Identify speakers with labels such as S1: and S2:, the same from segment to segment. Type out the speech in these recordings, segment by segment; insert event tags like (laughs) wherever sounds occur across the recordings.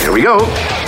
S1: Here we go.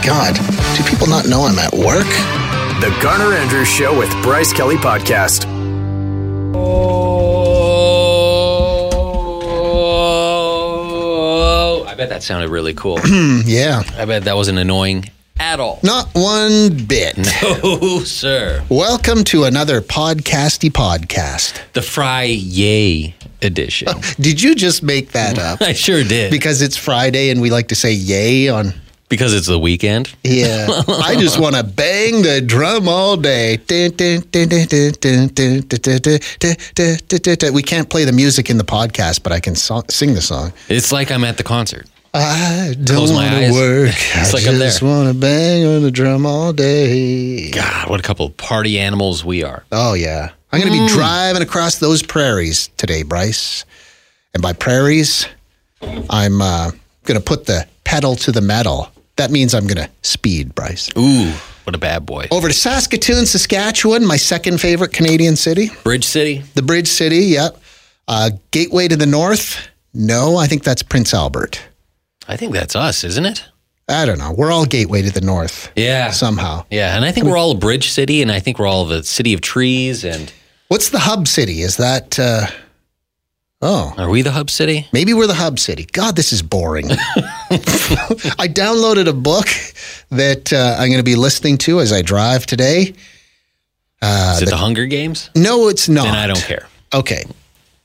S2: God, do people not know I'm at work?
S3: The Garner Andrews Show with Bryce Kelly Podcast.
S4: Oh, I bet that sounded really (clears throat) cool.
S2: Mm, Yeah,
S4: I bet that wasn't annoying at (laughs) all.
S2: not one bit.
S4: Oh, sir.
S2: Welcome to another podcasty podcast.
S4: The Fry Yay (laughs) edition.
S2: Did you just make that (laughs) up?
S4: I sure did.
S2: Because it's Friday and we like to say yay on.
S4: because it's the weekend. (laughs)
S2: Yeah, I just want to bang the drum all day. Dun, dun, dun, dun, dun, dun, dun, dun, dun, dun, dun, dun, dun, dun, dun. We can't play the music in the podcast, but I can so- sing the song.
S4: It's like I'm at the concert.
S2: I don't
S4: my
S2: want to
S4: eyes.
S2: work.
S4: (laughs) It's
S2: I
S4: like I'm
S2: just
S4: there.
S2: want to bang on the drum all day.
S4: God, what a couple of party animals we are.
S2: Oh yeah, I'm going to
S4: Hmm.
S2: be driving across those prairies today, Bryce. And by prairies, I'm uh, going to put the pedal to the metal. That means I'm going to speed, Bryce.
S4: Ooh, what a bad boy.
S2: Over to Saskatoon, Saskatchewan, my second favorite Canadian city,
S4: Bridge City.
S2: the Bridge City. Yep. Uh, gateway to the north. No, I think that's Prince Albert.
S4: I think that's us, isn't it?
S2: I don't know. We're all gateway to the north
S4: Yeah.
S2: somehow.
S4: Yeah, and I think we're all a bridge city, and I think we're all the city of trees. And
S2: What's the hub city? Is that? Uh, oh,
S4: are we the hub city?
S2: Maybe we're the hub city. God, this is boring. (laughs) I downloaded a book that uh, I'm going to be listening to as I drive today. Uh,
S4: Is it the Hunger Games?
S2: No, it's not.
S4: Then I don't care.
S2: Okay.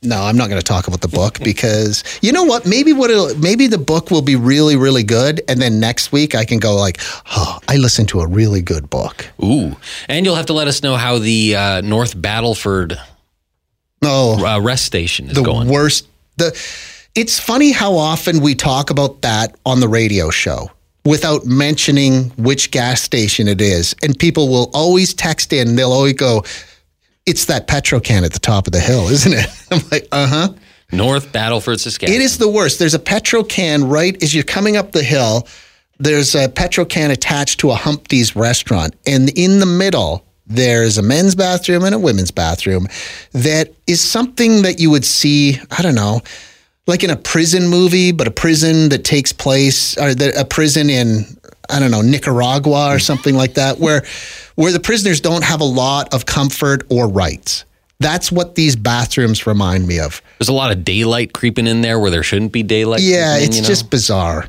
S2: No, I'm not going to talk about the book (laughs) because you know what? Maybe what it'll, maybe the book will be really, really good, and then next week I can go like, oh, I listened to a really good book.
S4: Ooh, and you'll have to let us know how the uh, North Battleford
S2: Oh,
S4: uh, rest station is
S2: the
S4: going.
S2: worst the it's funny how often we talk about that on the radio show without mentioning which gas station it is and people will always text in they'll always go it's that petrocan at the top of the hill isn't it (laughs) i'm like uh-huh
S4: North Battleford, Saskatchewan.
S2: it is the worst there's a petrocan right as you're coming up the hill there's a petrocan attached to a humpty's restaurant and in the middle there's a men's bathroom and a women's bathroom that is something that you would see i don't know like in a prison movie, but a prison that takes place, or the, a prison in I don't know Nicaragua or something like that, where where the prisoners don't have a lot of comfort or rights. That's what these bathrooms remind me of.
S4: There's a lot of daylight creeping in there where there shouldn't be daylight.
S2: Yeah,
S4: creeping in,
S2: it's
S4: you know?
S2: just bizarre.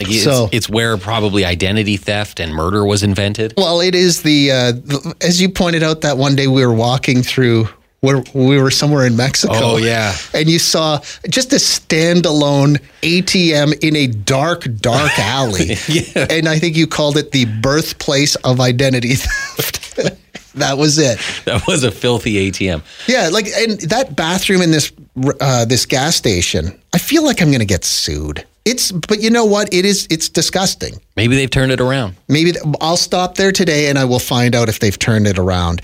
S4: Like, it's,
S2: so-
S4: it's where probably identity theft and murder was invented. (laughs)
S2: Well, it is the, uh, the as you pointed out that one day we were walking through where we were somewhere in Mexico.
S4: Oh, yeah.
S2: and you saw just a standalone ATM in a dark,
S4: (laughs)
S2: dark alley.
S4: Yeah.
S2: and I think you called it the birthplace of identity (laughs) theft. that was it.
S4: That was a filthy ATM.
S2: Yeah, like and that bathroom in this uh, this gas station. I feel like I'm gonna get sued. It's but you know what? It is. It's disgusting.
S4: Maybe they've turned it around.
S2: Maybe th- I'll stop there today and I will find out if they've turned it around.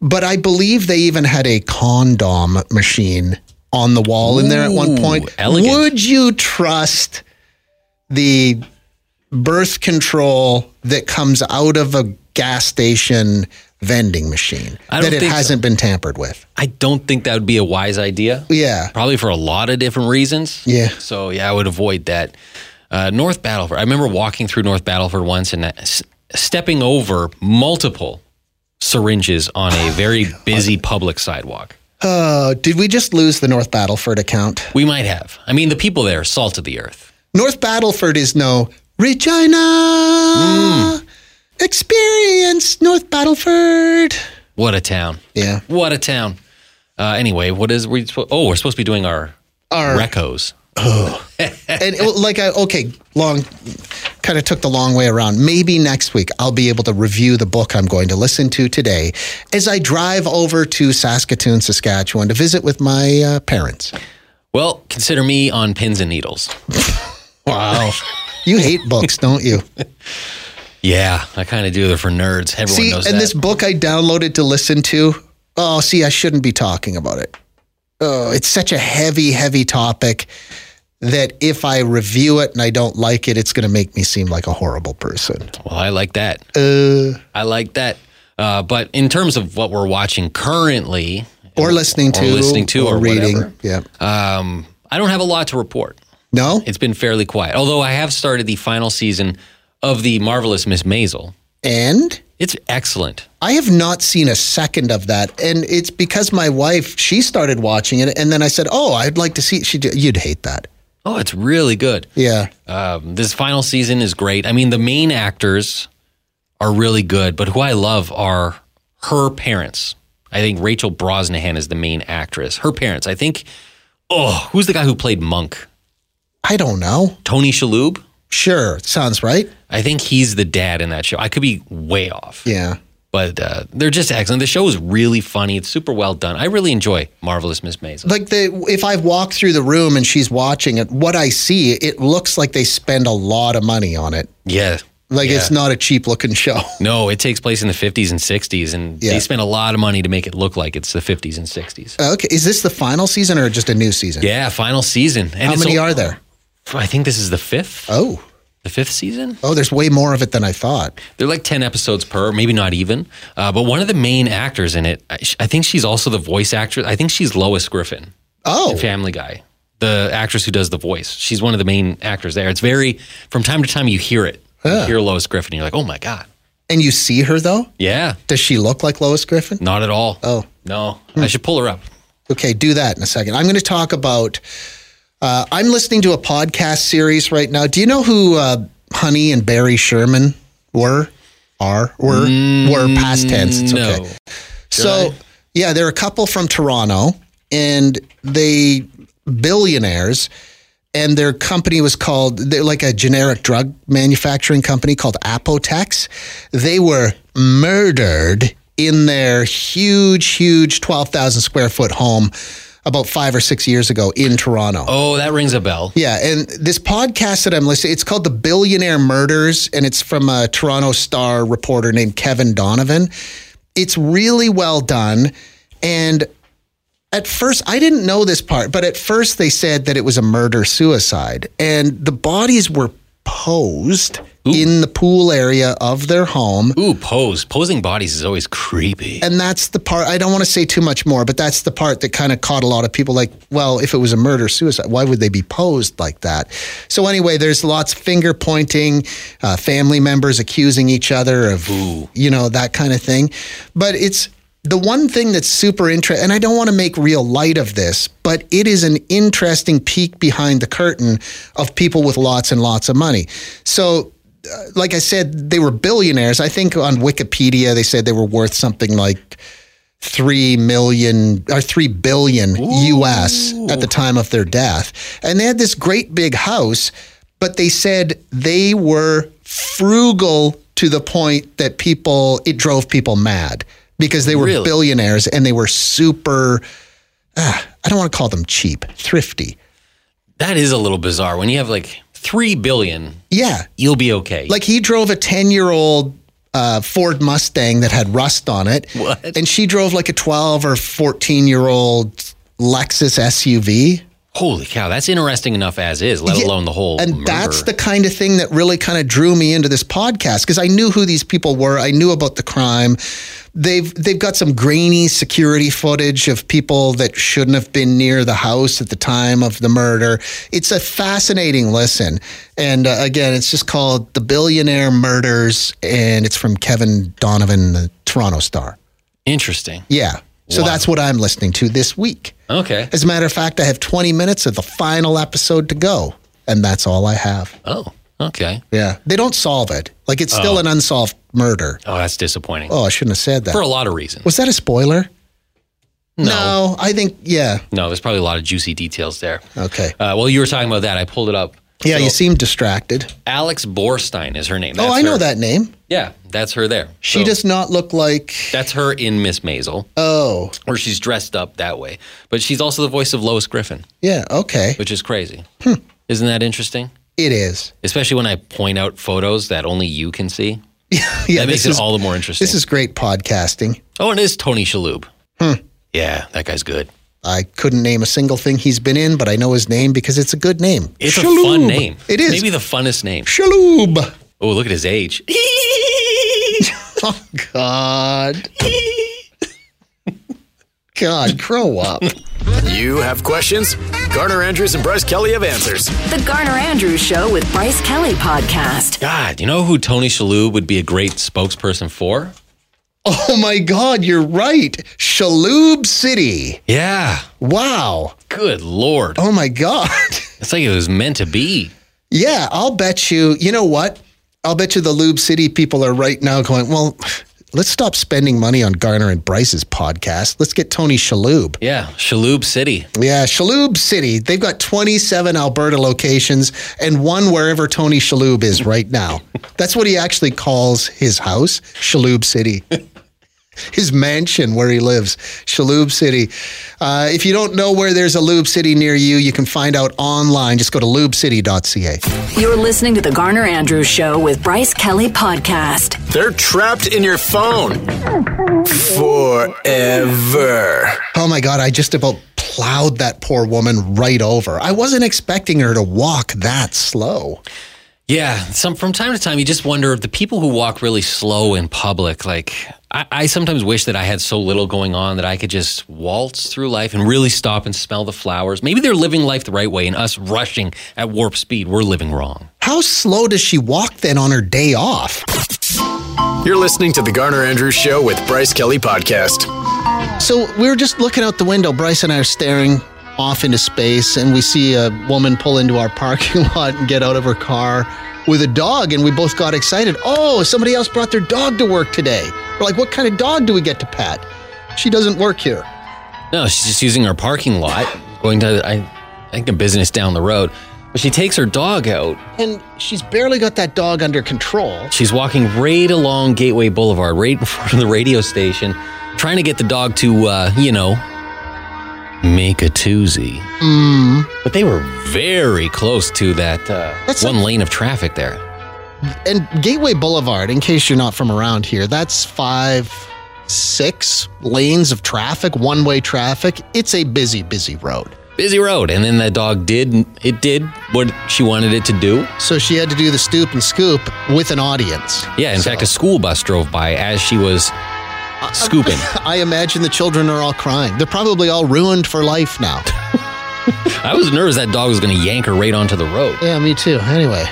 S2: But I believe they even had a condom machine on the wall in there at one
S4: Ooh,
S2: point.
S4: elegant.
S2: Would you trust the birth control that comes out of a gas station vending machine
S4: I don't
S2: that it
S4: think so.
S2: hasn't been tampered with?
S4: I don't think that would be a wise idea.
S2: Yeah.
S4: probably for a lot of different reasons.
S2: Yeah.
S4: So yeah, I would avoid that. Uh, North Battleford. I remember walking through North Battleford once and that- s- stepping over multiple syringes on a
S2: (laughs)
S4: very busy public sidewalk.
S2: Uh, did we just lose the North Battleford account?
S4: We might have. I mean, the people there, salt of the earth.
S2: North Battleford is no Regina. Experience North Battleford.
S4: What a town.
S2: Yeah.
S4: What a town. Uh, anyway, what is we? suppo- Oh, we're supposed to be doing our,
S2: Our-
S4: recos.
S2: (laughs) And it- like I okay, long kind of took the long way around. Maybe next week I'll be able to review the book I'm going to listen to today as I drive over to Saskatoon, Saskatchewan to visit with my uh, parents.
S4: Well, consider me on pins and needles. Wow.
S2: (laughs) You hate books, don't you?
S4: yeah, I kind of do. They're for nerds. Everyone
S2: see,
S4: knows
S2: and
S4: that.
S2: this book I downloaded to listen to. Oh, see, I shouldn't be talking about it. Oh, it's such a heavy, heavy topic that if I review it and I don't like it, it's going to make me seem like a horrible person.
S4: well, I like that.
S2: Uh,
S4: I like that. Uh, but in terms of what we're watching currently,
S2: or listening to,
S4: listening to, or,
S2: reading.
S4: whatever,
S2: Yeah.
S4: um, I don't have a lot to report.
S2: No.
S4: It's been fairly quiet. Although I have started the final season of the marvelous Miss Maisel.
S2: And
S4: It's excellent.
S2: I have not seen a second of that, and it's because my wife she started watching it, and then I said, "Oh, I'd like to see." She, you'd hate that.
S4: Oh, it's really good.
S2: Yeah.
S4: Um, this final season is great. I mean, the main actors are really good, but who I love are her parents. I think Rachel Brosnahan is the main actress. Her parents. I think. Oh, who's the guy who played Monk?
S2: I don't know.
S4: Tony Shalhoub.
S2: Sure, sounds right.
S4: I think he's the dad in that show. I could be way off.
S2: Yeah.
S4: But uh, they're just excellent. The show is really funny. It's super well done. I really enjoy Marvelous Miss Maisel.
S2: Like the if I walk through the room and she's watching it, what I see, it looks like they spend a lot of money on it.
S4: yeah.
S2: Like
S4: yeah.
S2: it's not a cheap looking show. (laughs)
S4: No, it takes place in the 50s and 60s, and
S2: Yeah.
S4: they spent a lot of money to make it look like it's the 50s and 60s.
S2: Okay, is this the final season or just a new season?
S4: Yeah, final season. And
S2: How
S4: it's
S2: many
S4: a-
S2: are there?
S4: I think this is the fifth.
S2: Oh,
S4: The fifth season.
S2: oh, there's way more of it than I thought.
S4: They're like ten episodes per, maybe not even. Uh, but one of the main actors in it, I, sh- I think she's also the voice actress. I think she's Lois Griffin,
S2: Oh,
S4: Family Guy, the actress who does the voice. She's one of the main actors there. It's very from time to time you hear it. You hear Lois Griffin, you're like, oh my god.
S2: and you see her though?
S4: Yeah,
S2: Does she look like Lois Griffin?
S4: not at all.
S2: Oh.
S4: no, I should pull her up.
S2: Okay, do that in a second. I'm going to talk about. Uh, I'm listening to a podcast series right now. Do you know who uh, Honey and Barry Sherman were? Are were were past tense? It's
S4: no.
S2: okay. So yeah, they're a couple from Toronto, and they billionaires, and their company was called they're like a generic drug manufacturing company called Apotex. They were murdered in their huge, huge twelve thousand square foot home about five or six years ago in Toronto.
S4: Oh, that rings a bell.
S2: Yeah, and this podcast that I'm listening, it's called The Billionaire Murders, and it's from a Toronto Star reporter named Kevin Donovan. It's really well done, and at first I didn't know this part, but at first they said that it was a murder suicide, and the bodies were posed in the pool area of their home.
S4: Ooh, pose. Posing bodies is always creepy.
S2: And that's the part I don't want to say too much more, but that's the part that kind of caught a lot of people like, well, if it was a murder suicide, why would they be posed like that? So anyway, there's lots of finger pointing, uh, family members accusing each other of you know that kind of thing. But it's the one thing that's super interesting, and I don't want to make real light of this, but it is an interesting peek behind the curtain of people with lots and lots of money. So like I said, they were billionaires. I think on Wikipedia they said they were worth something like three million or three billion US at the time of their death. And they had this great big house, but they said they were frugal to the point that people it drove people mad because they were
S4: Really?
S2: billionaires and they were super ah, I don't want to call them cheap, thrifty.
S4: That is a little bizarre. When you have like three billion,
S2: Yeah.
S4: you'll be okay.
S2: Like he drove a 10 year old uh, Ford Mustang that had rust on it.
S4: What?
S2: And she drove like a 12 or 14 year old Lexus SUV.
S4: holy cow, that's interesting enough as is. Let
S2: Yeah,
S4: alone the whole.
S2: And
S4: murder.
S2: that's the kind of thing that really kind of drew me into this podcast because I knew who these people were. I knew about the crime. They've they've got some grainy security footage of people that shouldn't have been near the house at the time of the murder. It's a fascinating listen. And uh, again, it's just called The Billionaire Murders and it's from Kevin Donovan, the Toronto Star.
S4: interesting.
S2: Yeah. So that's what I'm listening to this week.
S4: Okay.
S2: As a matter of fact, I have 20 minutes of the final episode to go, and that's all I have.
S4: Oh, okay.
S2: Yeah. They don't solve it. Like it's still an unsolved murder.
S4: Oh, that's disappointing
S2: Oh, I shouldn't have said that.
S4: for a lot of reasons.
S2: Was that a spoiler? No. I think yeah.
S4: No, there's probably a lot of juicy details there.
S2: Okay.
S4: Uh, well, you were talking about that. I pulled it up.
S2: yeah,
S4: So,
S2: you seem distracted.
S4: Alex Borstein is her name.
S2: Oh,
S4: That's
S2: I know
S4: her.
S2: that name.
S4: Yeah, that's her there.
S2: She
S4: So
S2: does not look like
S4: That's her in Miss Maisel,
S2: Oh,
S4: where she's dressed up that way. But she's also the voice of Lois Griffin,
S2: yeah, okay. Hmm.
S4: which is crazy. Isn't that interesting?
S2: It is. (laughs)
S4: especially when I point out photos that only you can see.
S2: Yeah,
S4: That makes
S2: this
S4: it
S2: is-
S4: all the more interesting.
S2: This is Hmm. great podcasting.
S4: oh, and it is Tony Shalhoub. Yeah, that guy's good.
S2: I couldn't name a single thing he's been in, but I know his name because it's a good name.
S4: It's a
S2: Shaloub.
S4: fun name.
S2: It is.
S4: Maybe the funnest name.
S2: Shaloub.
S4: Oh, look at his age. (laughs)
S2: (laughs) Oh God. (laughs) God, grow up.
S3: You have questions? Garner Andrews and Bryce Kelly have answers.
S5: The Garner Andrews Show with Bryce Kelly Podcast.
S4: God, you know who Tony Shalhoub would be a great spokesperson for?
S2: Oh my God, you're right. Shaloub City.
S4: Yeah.
S2: Wow.
S4: Good lord.
S2: Oh my God. (laughs)
S4: It's like it was meant to be.
S2: Yeah, I'll bet you. You know what? I'll bet you the Lube City people are right now going, well, let's stop spending money on Garner and Bryce's podcast. Let's get Tony Shaloub.
S4: Yeah, Shalhoub City.
S2: Yeah, Shaloub City. They've got 27 Alberta locations and one wherever Tony Shaloub is right now. That's what he actually calls his house, Shaloub City. His mansion where he lives, Shaloub City. Uh, if you don't know where there's a Lube City near you, you can find out online. Just go to lubecity.ca.
S5: You're listening to The Garner Andrews Show with Bryce Kelly Podcast.
S3: They're trapped in your phone forever.
S2: Oh my God, I just about plowed that poor woman right over. I wasn't expecting her to walk that slow.
S4: Yeah, some from time to time you just wonder the people who walk really slow in public. Like I, I sometimes wish that I had so little going on that I could just waltz through life and really stop and smell the flowers. Maybe they're living life the right way, and us rushing at warp speed, we're living wrong.
S2: How slow does she walk then on her day off?
S3: You're listening to The Garner Andrews Show with Bryce Kelly Podcast.
S2: So we were just looking out the window. Bryce and I are staring off into space, and we see a woman pull into our (laughs) parking lot and get out of her car with a dog, and we both got excited. Oh, somebody else brought their dog to work today. We're like, what kind of dog do we get to pet? She doesn't work here.
S4: No, she's just using our parking lot, going to I, I think a business down the road. But she takes her dog out.
S2: And she's barely got that dog under control.
S4: She's walking right along Gateway Boulevard, right in (laughs) front of the radio station, trying to get the dog to, uh, you know, make a toozy. But they were very close to that uh,
S2: Mm-hmm. That's
S4: one lane of traffic there.
S2: And Gateway Boulevard, in case you're not from around here, that's five, six lanes of traffic, one way traffic. It's a busy, busy road.
S4: Busy road, and then that dog did it did what she wanted it to do.
S2: So she had to do the stoop and scoop with an audience.
S4: Yeah, in
S2: So-
S4: fact, a school bus drove by as she was scooping.
S2: (laughs) I imagine the children are all crying. They're probably all ruined for
S4: (laughs)
S2: life now.
S4: I was nervous that dog was going to yank her right onto the road,
S2: yeah, me too. Anyway,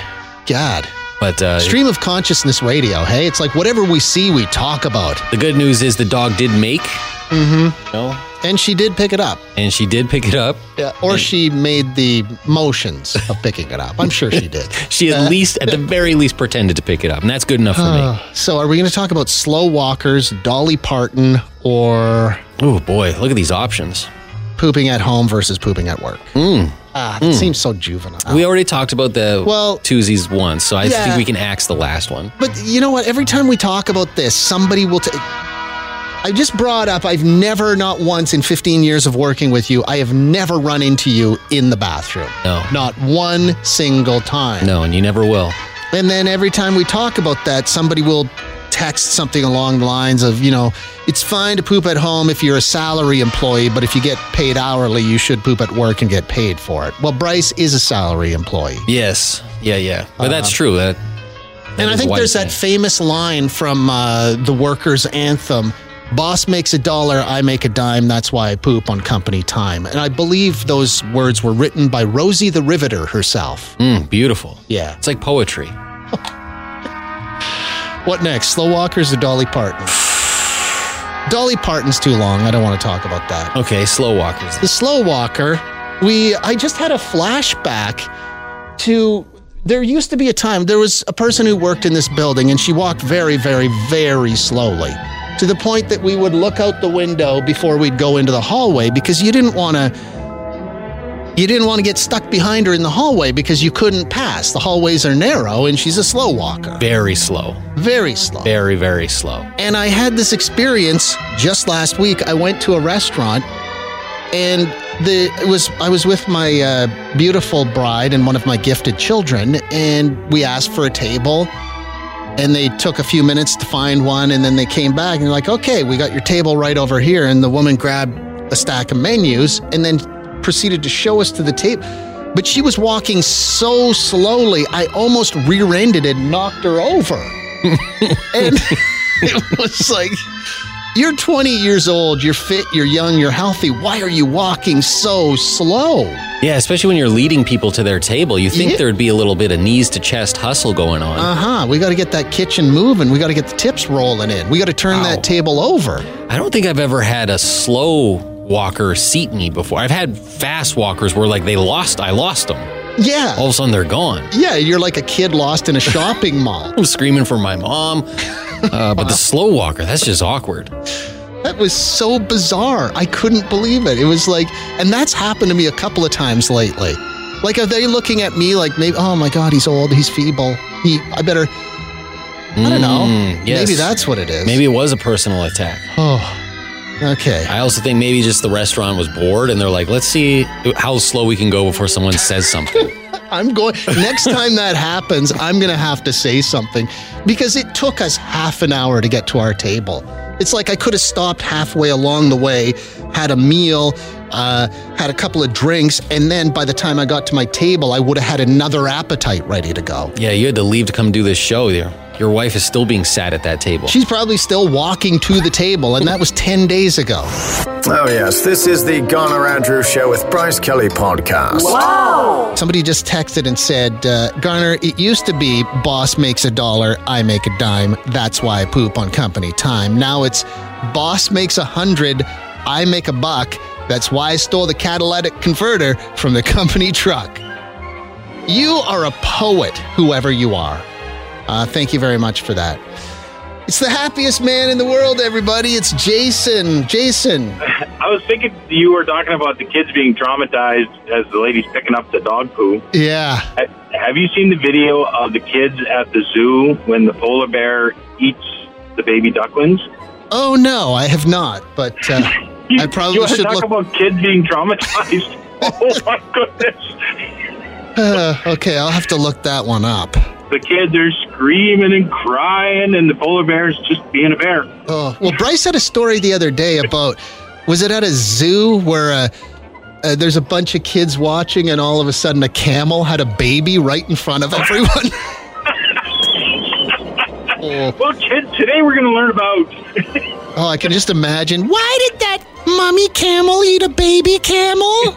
S2: God.
S4: but uh,
S2: Stream of consciousness radio, hey? It's like whatever we see, we talk about.
S4: the good news is the dog did make. Mm-hmm.
S2: And she did pick it up.
S4: and she did pick it up.
S2: Yeah, or she made the motions of picking it up. I'm sure
S4: (laughs)
S2: she did.
S4: She
S2: (laughs)
S4: at least, at the very least, pretended to pick it up, and that's good enough for
S2: So, are we going to talk about slow walkers, Dolly Parton, or
S4: me. Oh boy, look at these options.
S2: pooping at home versus pooping at work?
S4: Hmm.
S2: Ah, that seems so juvenile.
S4: We already talked about the
S2: Well-
S4: twosies once, so I
S2: Yeah.
S4: think we can axe the last one.
S2: But you know what? Every time we talk about this, somebody will. T- I just brought up. I've never, not once in 15 years of working with you, I have never run into you in the bathroom.
S4: No.
S2: not one single time.
S4: No, and you never will.
S2: And then every time we talk about that, somebody will text something along the lines of, you know, it's fine to poop at home if you're a salary employee, but if you get paid hourly, you should poop at work and get paid for it. Well, Bryce is a salary employee.
S4: Yes, yeah, yeah, but that's true. That, that
S2: Uh-huh. And I
S4: is
S2: think
S4: wise
S2: there's that
S4: saying.
S2: famous line from uh, the workers' anthem Boss makes a dollar, I make a dime, that's why I poop on company time. And I believe those words were written by Rosie the Riveter herself.
S4: Mm, beautiful.
S2: Yeah.
S4: It's like poetry.
S2: What next? Slow Walkers or Dolly Parton? (sighs) Dolly Parton's too long. I don't want to talk about that.
S4: Okay, slow walkers.
S2: the slow walker we i just had a flashback to there used to be a time there was a person who worked in this building and she walked very very very slowly to the point that we would look out the window before we'd go into the hallway because you didn't want to you didn't want to get stuck behind her in the hallway because you couldn't pass the hallways are narrow and she's a slow walker
S4: Very slow.
S2: very slow
S4: Very, very slow.
S2: and I had this experience just last week. I went to a restaurant and the it was I was with my uh, beautiful bride and one of my gifted children, and we asked for a table, and they took a few minutes to find one, and then they came back and they're like, "Okay, we got your table right over here," and the woman grabbed a stack of menus and then proceeded to show us to the table. But she was walking so slowly, I almost rear-ended and knocked her over. and (laughs) it was like, you're 20 years old, you're fit, you're young, you're healthy. Why are you walking so slow?
S4: Yeah, especially when you're leading people to their table, you think
S2: Yeah.
S4: there'd be a little bit of knees to chest hustle going on.
S2: Uh huh. We got to get that kitchen moving. We got to get the tips rolling in. We got to turn that table over.
S4: I don't think I've ever had a slow walker seat me before. I've had fast walkers where like they lost, I lost them.
S2: Yeah.
S4: All of a sudden they're gone.
S2: Yeah, you're like a kid lost in a shopping (laughs) mall.
S4: I'm screaming for my mom. Uh, but the slow walker, that's just awkward.
S2: That was so bizarre. I couldn't believe it. It was like, and that's happened to me a couple of times lately. Like, are they looking at me like, maybe, oh my God, he's old, he's feeble. He, I better, I don't know.
S4: Mm, yes.
S2: Maybe that's what it is.
S4: Maybe it was a personal attack.
S2: Oh, okay.
S4: I also think maybe just the restaurant was bored and they're like, let's see how slow we can go before someone says something.
S2: I'm going. Next time that happens, I'm going to have to say something because it took us half an hour to get to our table. It's like I could have stopped halfway along the way, had a meal, uh, had a couple of drinks, and then by the time I got to my table, I would have had another appetite ready to go.
S4: yeah, you had to leave to come do this show. Your, your wife is still being sat at that table.
S2: She's probably still walking to the table, and that was 10 days ago.
S3: Oh, yes. This is the Garner Andrew Show with Bryce Kelly podcast.
S2: Somebody just texted and said, uh, Garner, it used to be boss makes a dollar, I make a dime. That's why I poop on company time. Now it's boss makes a hundred, I make a buck. That's why I stole the catalytic converter from the (laughs) company truck. You are a poet, whoever you are. Uh, thank you very much for that. It's the happiest man in the world, everybody. It's Jason. Jason,
S6: I was thinking you were talking about the kids being traumatized as the lady's picking up the dog poo.
S2: yeah.
S6: Ha- Have you seen the video of the kids at the zoo when the polar bear eats the baby ducklings?
S2: Oh no, I have not, but uh,
S6: (laughs) You-
S2: I probably
S6: you wanna
S2: should
S6: talk
S2: look.
S6: about kids being
S2: (laughs)
S6: traumatized. (laughs) oh my goodness!
S2: Uh, okay, I'll have to look that one up.
S6: The kids are screaming and crying, and the polar bear is just being a bear.
S2: Oh, well, Bryce had a story the other day about was it at a zoo where uh, uh, there's a bunch of kids watching, and all of a sudden a camel had a baby right in front of everyone. (laughs) oh,
S6: Well, kids, today we're going to learn about
S2: oh, I can just imagine. Why did that mummy camel eat a baby camel?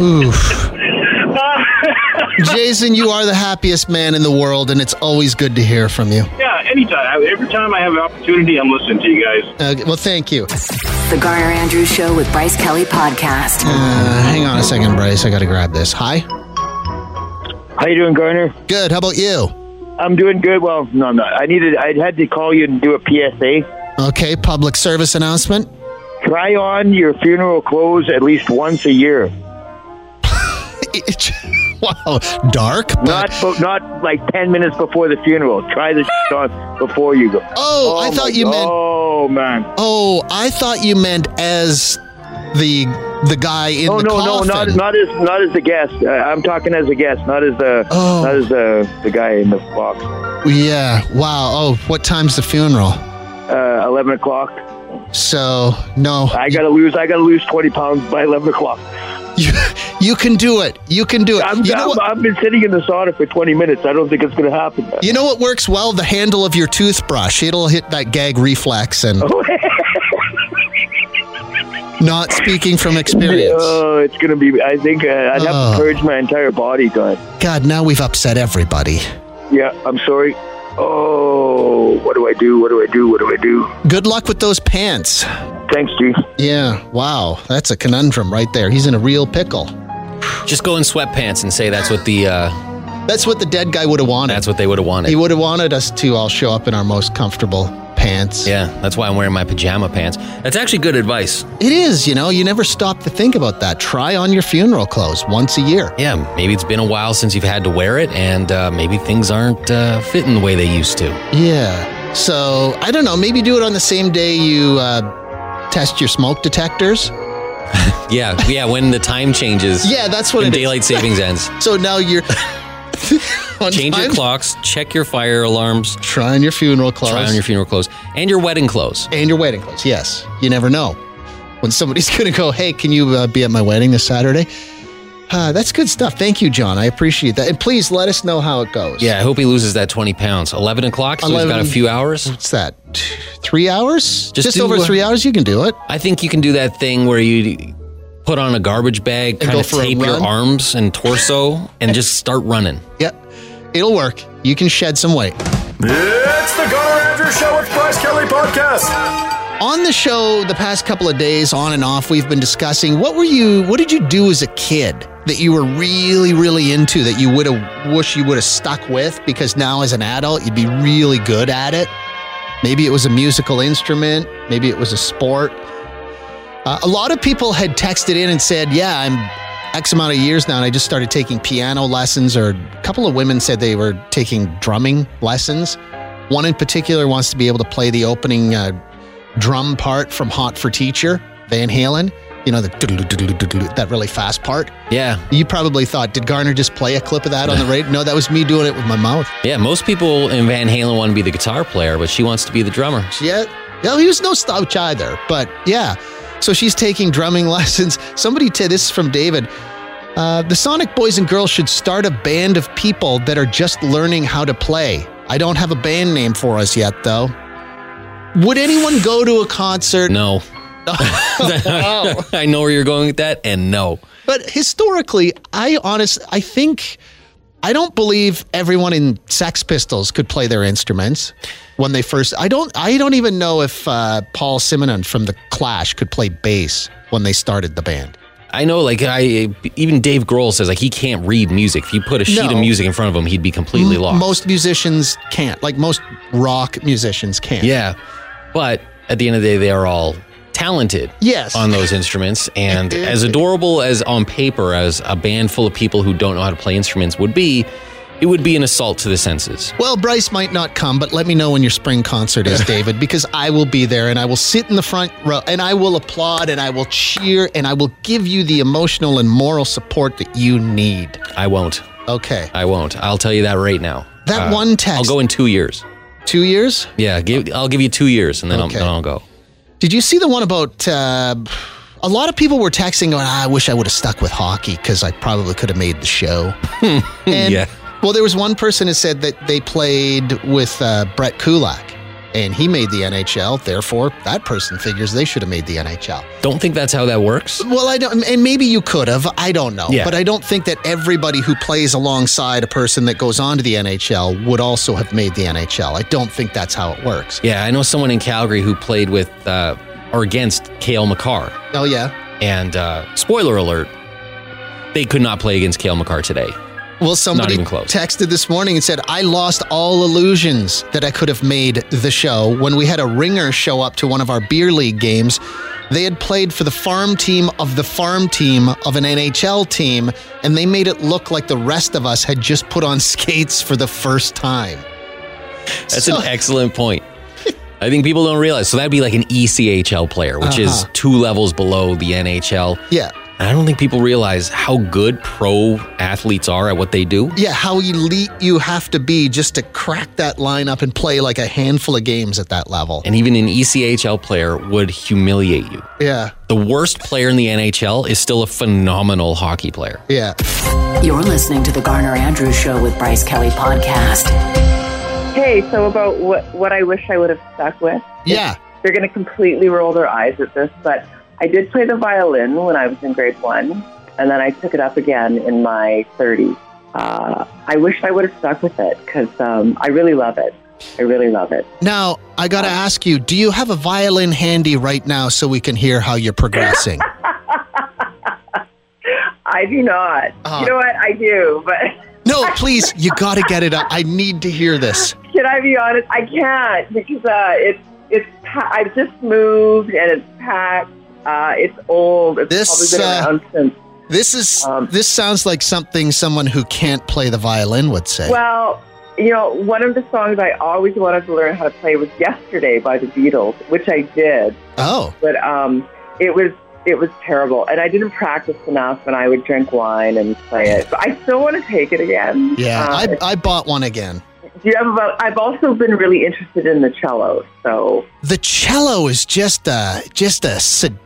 S2: Oof. Jason, you are the happiest man in the world, and it's always good to hear from you.
S6: yeah. Anytime, every time I have an opportunity, I'm listening to you guys.
S2: Uh, well, thank you.
S5: The Garner Andrews Show with Bryce Kelly Podcast.
S2: Uh, hang on a second, Bryce. I got to grab this. Hi.
S7: How you doing, Garner?
S2: Good. How about you?
S7: I'm doing good. Well, no, I'm not. I needed. I had to call you and do a PSA.
S2: Okay. Public service announcement. (laughs)
S7: Try on your funeral clothes at least once a year.
S2: wow. Dark. But, (laughs)
S7: Not, but not like ten minutes before the funeral. Try the shit on before you go.
S2: oh, I thought
S7: my-
S2: you meant.
S7: Oh man.
S2: Oh, I thought you meant as the the guy in
S7: Oh, No,
S2: the
S7: no, no,
S2: coffin.
S7: not not as not as the guest. Uh, I'm talking as a guest, not as the
S2: Oh.
S7: not as the the guy in the box.
S2: Yeah. Wow. Oh, what time's the funeral?
S7: Uh, Eleven o'clock.
S2: So no,
S7: I gotta lose. I gotta lose twenty pounds by eleven o'clock.
S2: you, you can do it. You can do it.
S7: I'm,
S2: you know
S7: I'm,
S2: what?
S7: I've been sitting in the sauna for twenty minutes. I don't think it's gonna happen.
S2: you know what works well? The handle of your toothbrush. It'll hit that gag reflex and
S7: Oh. (laughs)
S2: not speaking from experience.
S7: Oh, it's gonna be. I think uh, I'd have
S2: Oh.
S7: to purge my entire body, God.
S2: God, now we've upset everybody.
S7: Yeah, I'm sorry. Oh, what do I do? What do I do? What do I do?
S2: Good luck with those pants.
S7: Thanks, G.
S2: Yeah, wow. That's a conundrum right there. He's in a real pickle.
S4: Just go in sweatpants and say that's what the uh,
S2: That's what the dead guy would have wanted.
S4: that's what they would have wanted.
S2: he would have wanted us to all show up in our most comfortable pants.
S4: Yeah, that's why I'm wearing my pajama pants. That's actually good advice.
S2: It is, you know, you never stop to think about that. Try on your funeral clothes once a year.
S4: Yeah, maybe it's been a while since you've had to wear it, and uh, maybe things aren't uh, fitting the way they used to.
S2: Yeah. So, I don't know, maybe do it on the same day you uh, test your smoke detectors.
S4: Yeah, yeah. When the time changes.
S2: Yeah, that's what
S4: when
S2: it is.
S4: daylight
S2: (laughs)
S4: savings ends.
S2: So now you're
S4: (laughs)
S2: on
S4: Change your
S2: (laughs) time,
S4: clocks. Check your fire alarms.
S2: Try on your funeral clothes.
S4: Try on your funeral clothes and your wedding clothes.
S2: and your wedding clothes. Yes, you never know when somebody's (laughs) going to go. Hey, can you uh, be at my wedding this Saturday? Uh, that's good stuff. Thank you, John. I appreciate that. And please let us know how it goes.
S4: Yeah, I hope he loses that twenty pounds. Eleven o'clock. So he's got a
S2: 11.
S4: few hours.
S2: What's that? T- Three hours?
S4: Just
S2: Just,
S4: do,
S2: over
S4: uh,
S2: three hours? You can do it.
S4: I think you can do that thing where you put on a garbage bag, kind
S2: go
S4: of
S2: for a
S4: tape your
S2: run?
S4: arms and torso, and just start running.
S2: Yep. It'll work. You can shed some weight.
S3: It's the Garner Andrews Show with Bryce Kelly Podcast.
S2: On the show, the past couple of days, on and off, we've been discussing what were you, what did you do as a kid that you were really, really into that you would have wish you would have stuck with because now as an adult, you'd be really good at it. Maybe it was a musical instrument, maybe it was a sport. Uh, a lot of people had texted in and said, Yeah, I'm X amount of years now, and I just started taking piano lessons, or a couple of women said they were taking drumming lessons. One in particular wants to be able to play the opening uh, drum part from Hot for Teacher, Van Halen. You know, the doodle-doo-doo-doo-doo-doo, that really fast part.
S4: Yeah,
S2: You probably thought, did Garner just play a clip of that on the radio? No, that was me doing it with my mouth.
S4: yeah. Most people in Van Halen want to be the guitar player, but she wants to be the drummer.
S2: Yeah. No, he was no slouch either. But yeah. So she's taking drumming (laughs) lessons. Somebody t- this is from David. Uh, the Sonic Boys and Girls should start a band of people that are just learning how to play. I don't have a band name for us yet, though. Would anyone go to a concert?
S4: (laughs)
S2: Oh.
S4: No. I know where you're going with that, and no.
S2: But historically, I honest, I think, I don't believe everyone in Sex Pistols could play their instruments when they first. I don't. I don't even know if uh, Paul Simonon from the Clash could play bass when they started the band.
S4: I know, like I even Dave Grohl says, like he can't read music. If you put a sheet of
S2: No.
S4: music in front of him, he'd be completely lost.
S2: Most musicians can't. Like most rock musicians can't.
S4: yeah, but at the end of the day, they are all talented.
S2: Yes.
S4: on those instruments,
S2: (laughs)
S4: and as adorable as on paper as a band full of people who don't know how to play instruments would be, it would be an assault to the senses.
S2: Well, Bryce might not come, but let me know when your spring concert is, David, because I will be there and I will sit in the front row and I will applaud and I will cheer and I will give you the emotional and moral support that you need.
S4: I won't.
S2: Okay.
S4: I won't. I'll tell you that right now. Uh,
S2: That one text.
S4: I'll go in two years.
S2: two years.
S4: Yeah, give, I'll give you two years, and then,
S2: Okay.
S4: I'll, then I'll go.
S2: Did you see the one about? Uh, a lot of people were texting going, "Ah, "I wish I would have stuck with hockey because I probably could have made the show." and,
S4: (laughs) Yeah.
S2: Well, there was one person who said that they played with uh, Brett Kulak, and he made the NHL. Therefore, that person figures they should have made the NHL.
S4: Don't think that's how that works.
S2: Well, I don't, and maybe you could have. I don't know,
S4: Yeah.
S2: but I don't think that everybody who plays alongside a person that goes on to the NHL would also have made the NHL. I don't think that's how it works.
S4: Yeah, I know someone in Calgary who played with uh, or against Kale McCarr.
S2: Oh yeah.
S4: And uh, spoiler alert, they could not play against Kale McCarr today.
S2: Well, somebody
S4: even close.
S2: texted this morning and said, I lost all illusions that I could have made the show when we had a ringer show up to one of our beer league games. They had played for the farm team of the farm team of an NHL team, and they made it look like the rest of us had just put on (laughs) skates for the first time.
S4: That's
S2: So-
S4: an excellent point. I think people don't realize. So that'd be like an E ECHL player, which is two levels below the NHL.
S2: Yeah.
S4: And I don't think people realize how good pro athletes are at what they do.
S2: Yeah, how elite you have to be just to crack that line up and play like a handful of games at that level.
S4: And even an E ECHL player would humiliate you.
S2: Yeah,
S4: The worst player in the NHL is still a phenomenal hockey player.
S2: yeah.
S5: You're listening to the Garner Andrews Show with Bryce Kelly Podcast.
S8: Hey, so about what, what I wish I would have stuck with.
S2: Yeah.
S8: They're going to completely roll their eyes at this, but I did play the violin when I was in grade one, and then I took it up again in my 30s. Uh, I wish I would have stuck with it because um, I really love it. I really love it.
S2: Now, I got to ask you, do you have a violin handy right now so we can hear how you're progressing?
S8: I do not.
S2: Ah.
S8: You know what? I do, but (laughs)
S2: no, please, you got to get it up. I need to hear this.
S8: can I be honest? I can't because uh, it's it's. Pa- I've just moved and it's packed. Uh, it's old. It's
S2: This,
S8: probably been
S2: uh,
S8: around since
S2: This is
S8: Um,
S2: this sounds like something someone who can't play the violin would say.
S8: Well, you know, one of the songs I always wanted to learn how to play was "Yesterday" by the Beatles, which I did.
S2: Oh,
S8: but um, it was it was terrible, and I didn't practice enough, and I would drink wine and play it. But I still want to take it again.
S2: yeah.
S8: Um,
S2: I, I bought one again.
S8: do you have about? I've also been really interested in the cello, so
S2: The cello is just a just a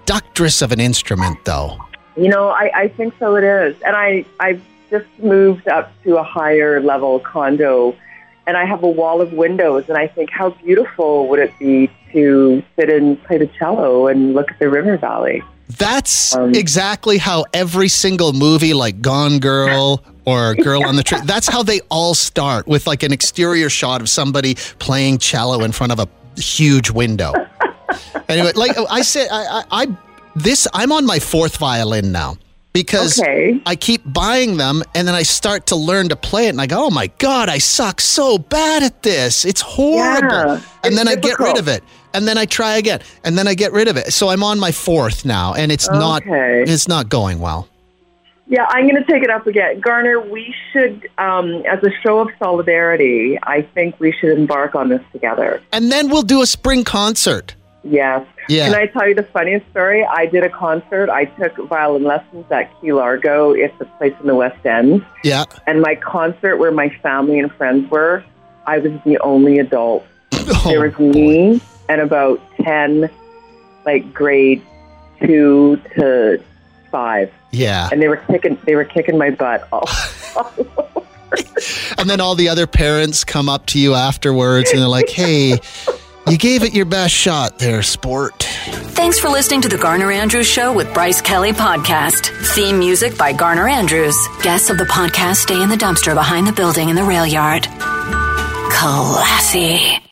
S2: seductress of an instrument, though.
S8: you know, I, I think so. It is, and I I've just moved up to a higher level condo, and I have a wall of windows, and I think how beautiful would it be to sit and play the cello and look at the river valley.
S2: That's
S8: Um,
S2: exactly how every single movie, like Gone Girl or Girl on the Train, that's how they all start with like an exterior shot of somebody playing cello in front of a huge window. anyway, like I said, I, I, I this I'm on my fourth violin now because
S8: Okay.
S2: I keep buying them and then I start to learn to play it and I go, oh my God, I suck so bad at this. It's horrible.
S8: Yeah,
S2: and
S8: it's
S2: then I get rid
S8: difficult.
S2: of it. And then I try again. And then I get rid of it. So I'm on my fourth now and it's not
S8: Okay.
S2: it's not going well.
S8: Yeah, I'm going to take it up again. Garner, we should, um, as a show of solidarity, I think we should embark on this together.
S2: And then we'll do a spring concert.
S8: Yes.
S2: Yeah.
S8: Can I tell you the funniest story? I did a concert. I took violin lessons at Key Largo. It's a place in the West End.
S2: Yeah.
S8: And my concert where my family and friends were, I was the only adult.
S2: Oh,
S8: there was me and about 10, like grade two to five.
S2: Yeah.
S8: And they were kicking, they were kicking my butt all,
S2: And then all the other parents come up to you afterwards and they're like, hey, you gave it your best shot there, sport.
S5: Thanks for listening to the Garner Andrews Show with Bryce Kelly Podcast. Theme music by Garner Andrews. Guests of the podcast stay in the dumpster behind the building in the rail yard. Classy.